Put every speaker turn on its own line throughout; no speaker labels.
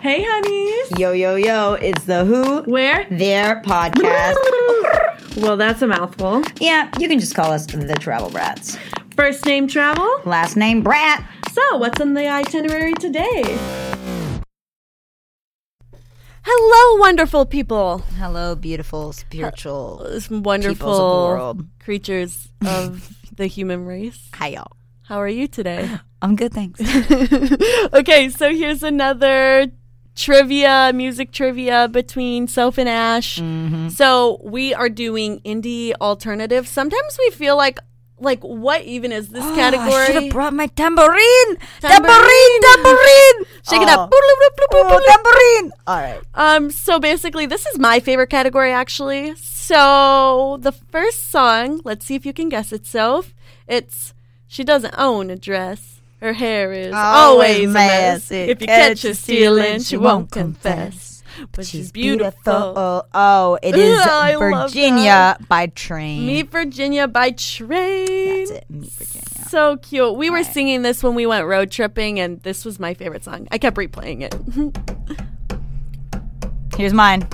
Hey, honeys.
Yo, yo, yo, it's the Who
Where?
Their podcast.
Well, that's a mouthful.
yeah, you can just call us the Travel Brats.
First name travel.
Last name Brat.
So, what's on the itinerary today?
Hello, wonderful people.
Hello, beautiful, spiritual. Peoples
This
of the
wonderful
world.
creatures of the human race.
Hi, y'all.
How are you today?
I'm good, thanks.
Ah,
okay, so here's another trivia, music trivia between Soph and Ash. So we are doing indie alternative. Sometimes we feel like like what even is this
Ah,
category?
I should have brought my tambourine.
Tambourine. Oh.
Tambourine, tambourine.
Shake it up.
Bloop, bloop, bloop, bloop, bloop, bloop. tambourine.
All right.
Um, so basically, this is my favorite category, actually. So the first song, let's see if you can guess it, Soph. It's She Doesn't Own a Dress. Her hair is always, a mess.
messy.
If you catch her stealing, she won't confess. But she's beautiful.
Oh, oh, it is
Ugh, I love
Virginia by train.
Meet Virginia by train.
That's it. Meet Virginia.
So cute. We were singing this when we went road tripping, and this was my favorite song. I kept replaying it.
Here's mine.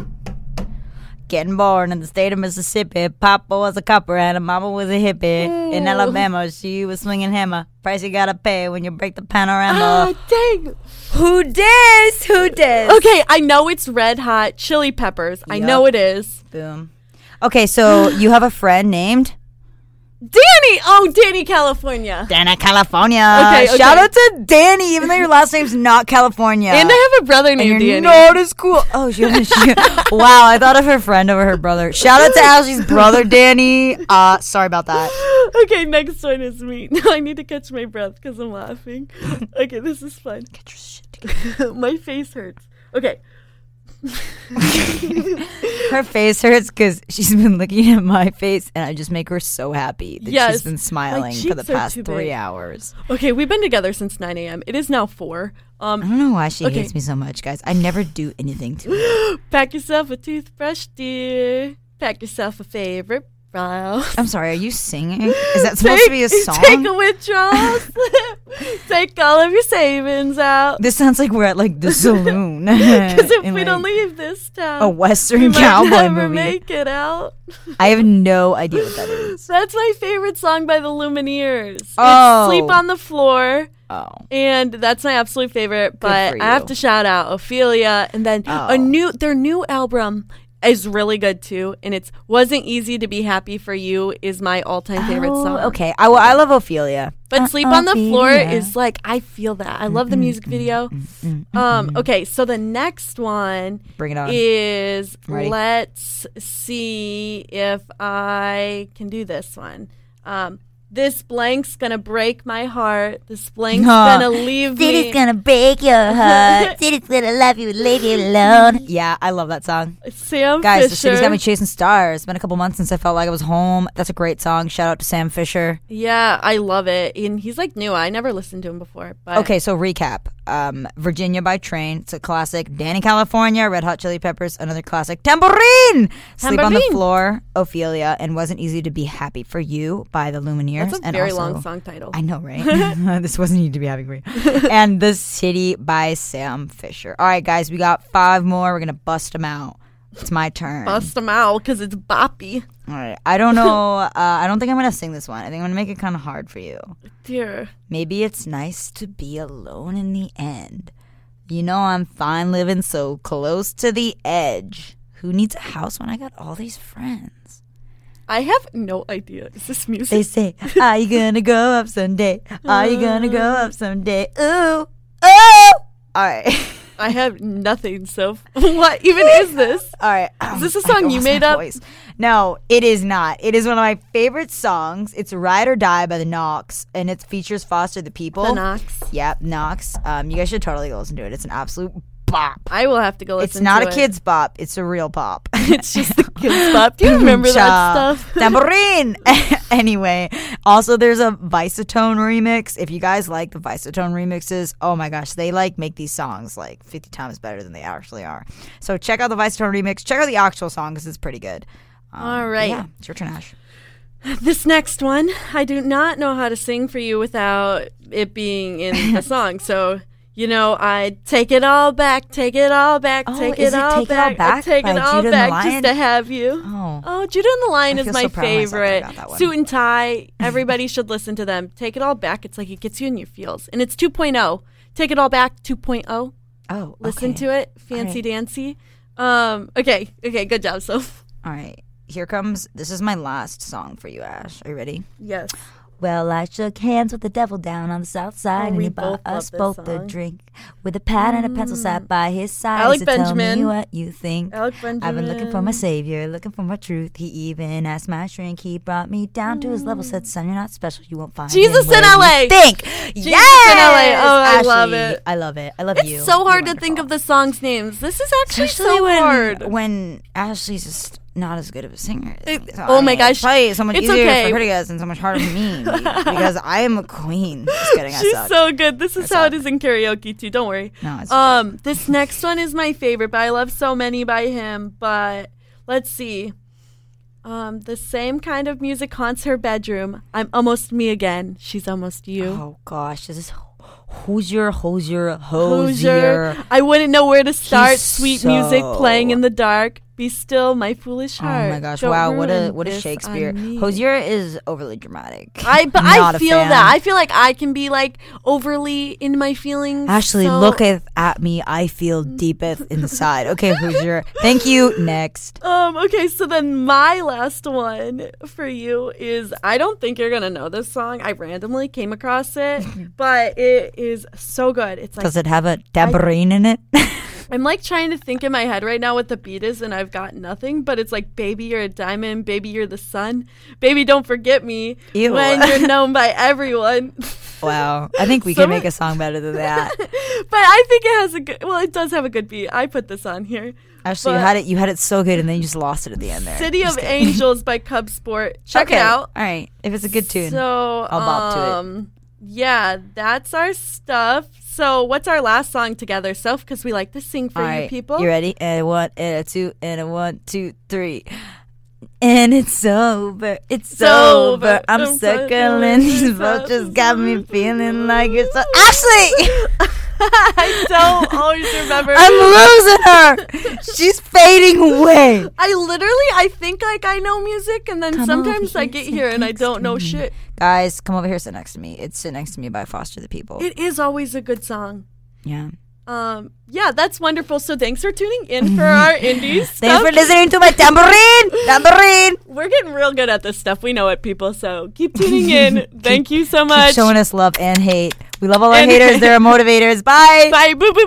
Getting born in the state of Mississippi. Papa was a copper and a mama was a hippie. In Alabama, she was swinging hammer. Price you gotta pay when you break the panorama.
ah, dang.
who dis? Who dis?
Okay, I know it's Red Hot Chili Peppers. I
Yup.
know it is.
Boom. Okay, so you have a friend named
Danny! Oh, Danny California.
Dana California.
Okay, okay.
Shout out to Danny, even though your last name's not California.
And I have a brother
And
named Danny.
you're not as cool. Oh, she, she, wow! I thought of her friend over her brother. Shout out to Ashley's brother, Danny. Uh, sorry about that.
okay, next one is me. No, I need to catch my breath because I'm laughing. okay, this is fun. Get your shit together. my face hurts. Okay.
Her face hurts because she's been looking at my face, and I just make her so happy that
Yes.
she's been
My
smiling for the
cheeks are
past
too
three
big.
hours.
Okay, we've been together since 9 a.m. It is now 4. Um,
I don't know why she
Okay.
hates me so much, guys. I never do anything to her.
Pack yourself a toothbrush, dear. Pack yourself a favorite brow.
I'm sorry. Are you singing? Is that supposed to be a song?
Take a withdrawal slip. Take all of your savings out.
This sounds like we're at like the saloon.
Because if
in,
we
like,
don't leave this town,
a
we
Western
might
cowboy
never
movie,
make it out.
I have no idea what that is.
That's my favorite song by the Lumineers.
Oh.
It's Sleep on the Floor.
Oh,
And that's my absolute favorite. But
for
I have
you.
to shout out Ophelia and then
Oh.
a new their new album is really good too. And it's Wasn't Easy to Be Happy for You is my all time favorite
Oh,
song.
Okay, I, well, I love Ophelia.
But
Uh,
Sleep on the Floor
Ophelia.
is like I feel that. I love the music video.
Mm-hmm.
Um okay, so the next one
Mm, Bring it on.
is
I'm ready.
let's see if I can do this one. Um, this blank's gonna break my heart. This blank's
Huh.
gonna leave me.
City's gonna break your heart. City's gonna love you, leave you alone. Yeah, I love that song.
Sam
Guys, the
Fisher.
city's got me chasing stars. It's been a couple months since I felt like I was home. That's a great song. Shout out to Sam Fisher.
yeah, I love it, and he's like new. I never listened to him before. But
Okay, so recap. Um, Virginia by Train, it's a classic. Danny California, Red Hot Chili Peppers, another classic. Tambourine! Sleep on the
Tambourine.
Floor, Ophelia, and Wasn't Easy to Be Happy for You by the Lumineers.
that's a
and
very
also-
long song title.
I know, right? this wasn't easy to be happy for you. and The City by Sam Fisher. All right, guys, we got five more. We're going to bust them out. It's my turn.
Bust him out because it's boppy.
All right. I don't know. Uh, I don't think I'm going to sing this one. I think I'm going to make it kind of hard for you.
Dear,
Maybe it's nice to be alone in the end. You know, I'm fine living so close to the edge. Who needs a house when I got all these friends?
I have no idea. Is this
They
music?
say, Are you gonna go up someday? Are you gonna go up someday? Ooh, oh! All right.
I have nothing. So what even is this?
All right.
Is this a
Oh, I
song you
lost
made
my
up?
voice. No, it is not. It is one of my favorite songs. It's Ride or Die by the Knox, and it features Foster the People.
The Knox.
Yep, Knox. Um, you guys should totally go listen to it. It's an absolute bop.
I will have to go listen.
it's not
to
a
it.
kid's bop. It's a real pop.
It's just the kids bop. Do you remember that
Cha.
stuff?
Tambourine. anyway, also there's a Vicetone remix. If you guys like the Vicetone remixes, oh my gosh, they like make these songs like 50 times better than they actually are. So check out the Vicetone remix. Check out the actual song because it's pretty good. Um,
All right.
Yeah, it's your turn, Ash.
This next one, I do not know how to sing for you without it being in a song. So you know, I take it all back, take it all back,
Oh,
take,
is
it
it
all,
Take It All
back, I
Back
take
by
it all
Judah and the
back just
Lion?
to have you.
Oh.
Oh, Judah and the Lion
I
is
feel
my
so proud of myself that I
favorite.
got that one.
Suit and tie. Everybody should listen to them. Take it all back. It's like it gets you in your feels. And it's 2.0. Take it all back 2.0.
Oh,
Listen
okay.
to it. Fancy dancy. Um, okay. Okay. Good job, Soph.
All right. Here comes. This is my last song for you, Ash. Are you ready?
Yes.
Well, I shook hands with the devil down on the south side, and
Oh, we
he
both
bought
love
us
this
both a
song.
drink with a pad and a pencil sat by his side.
Alec
so tell
Benjamin.
me what you think.
Alec
I've been looking for my
Benjamin.
savior, looking for my truth. He even asked my shrink. He brought me down to his level. Said, "Son, you're not special. You won't find
Jesus
him where
in
you
LA.
Think,
in
yes,
LA. Oh, I love
Ashley,
it.
I love it. I love
It's
you.
so
You're
hard to think
wonderful.
of the songs' names. This is actually so
when,
hard.
When Ashley's just not as good of a singer. as
It-
me. So,
oh my gosh.
It's probably so much
It's
easier
okay.
for her to guess and so much harder for me because I am a queen. Just kidding. I
She's
suck.
so good. This is how it is in karaoke too. Don't worry.
No, it's
um, this next one is my favorite, but I love so many by him. But let's see. Um, the same kind of music haunts her bedroom. I'm almost me again. She's almost you.
Oh gosh, this is who's your who's your
Oh,
who's
Hoosier.
your
I wouldn't know where to start.
He's
Sweet music
so-
playing in the dark. Be still, my foolish heart.
Oh my gosh!
Don't
wow, what a
ruin
what a
this on
Shakespeare.
me.
Hosier is overly dramatic.
I but
Not
I
a
feel
fan.
that. I feel like I can be like overly in my feelings.
Ashley
so-
looketh at me. I feel deepeth inside. Okay, Hoosier. Thank you. Next.
Um, okay, so then my last one for you is I don't think you're gonna know this song. I randomly came across it, but it is so good. It's like
Does it have a tabarine in it?
I'm like trying to think in my head right now what the beat is, and I've got nothing, but it's like baby, you're a diamond, baby, you're the sun, baby, don't forget me
Ew.
when you're known by everyone.
wow. I think we
Some-
can make a song better than that.
but I think it has a good well, it does have a good beat. I put this on here.
Ashley, you
But-
had it. You had it so good, and then you just lost it at the end there.
City of
Just kidding.
Angels by Cub Sport. Check
Okay,
it out.
All right. If it's a good tune.
So,
I'll bop to it.
um, yeah, that's our stuff. So, what's our last song together, Soph? Because we like to sing for
All
you
right,
people.
You ready? And a one, and a two, and a one, two, three. And it's over. It's, over.
over.
I'm,
I'm
circling.
circling
These
these
vultures
vultures.
got me feeling like it's so- Ashley.
I don't always remember.
I'm losing her. She's fading away.
I literally, I think like I know music, and then
Come over
sometimes I
here,
get
sit
here and I
next
don't
to
know
me.
shit.
Guys, come over here. Sit next to me. It's sit next to me by Foster the People.
It is always a good song.
yeah.
Um, yeah, that's wonderful. So, thanks for tuning in for our indies.
Thanks for listening to my tambourine. Tambourine.
We're getting real good at this stuff. We know it, people. So, keep tuning in. Thank you so much.
Showing us love and hate. We love all our
And-
haters. They're our motivators. Bye.
Bye. Boo boo.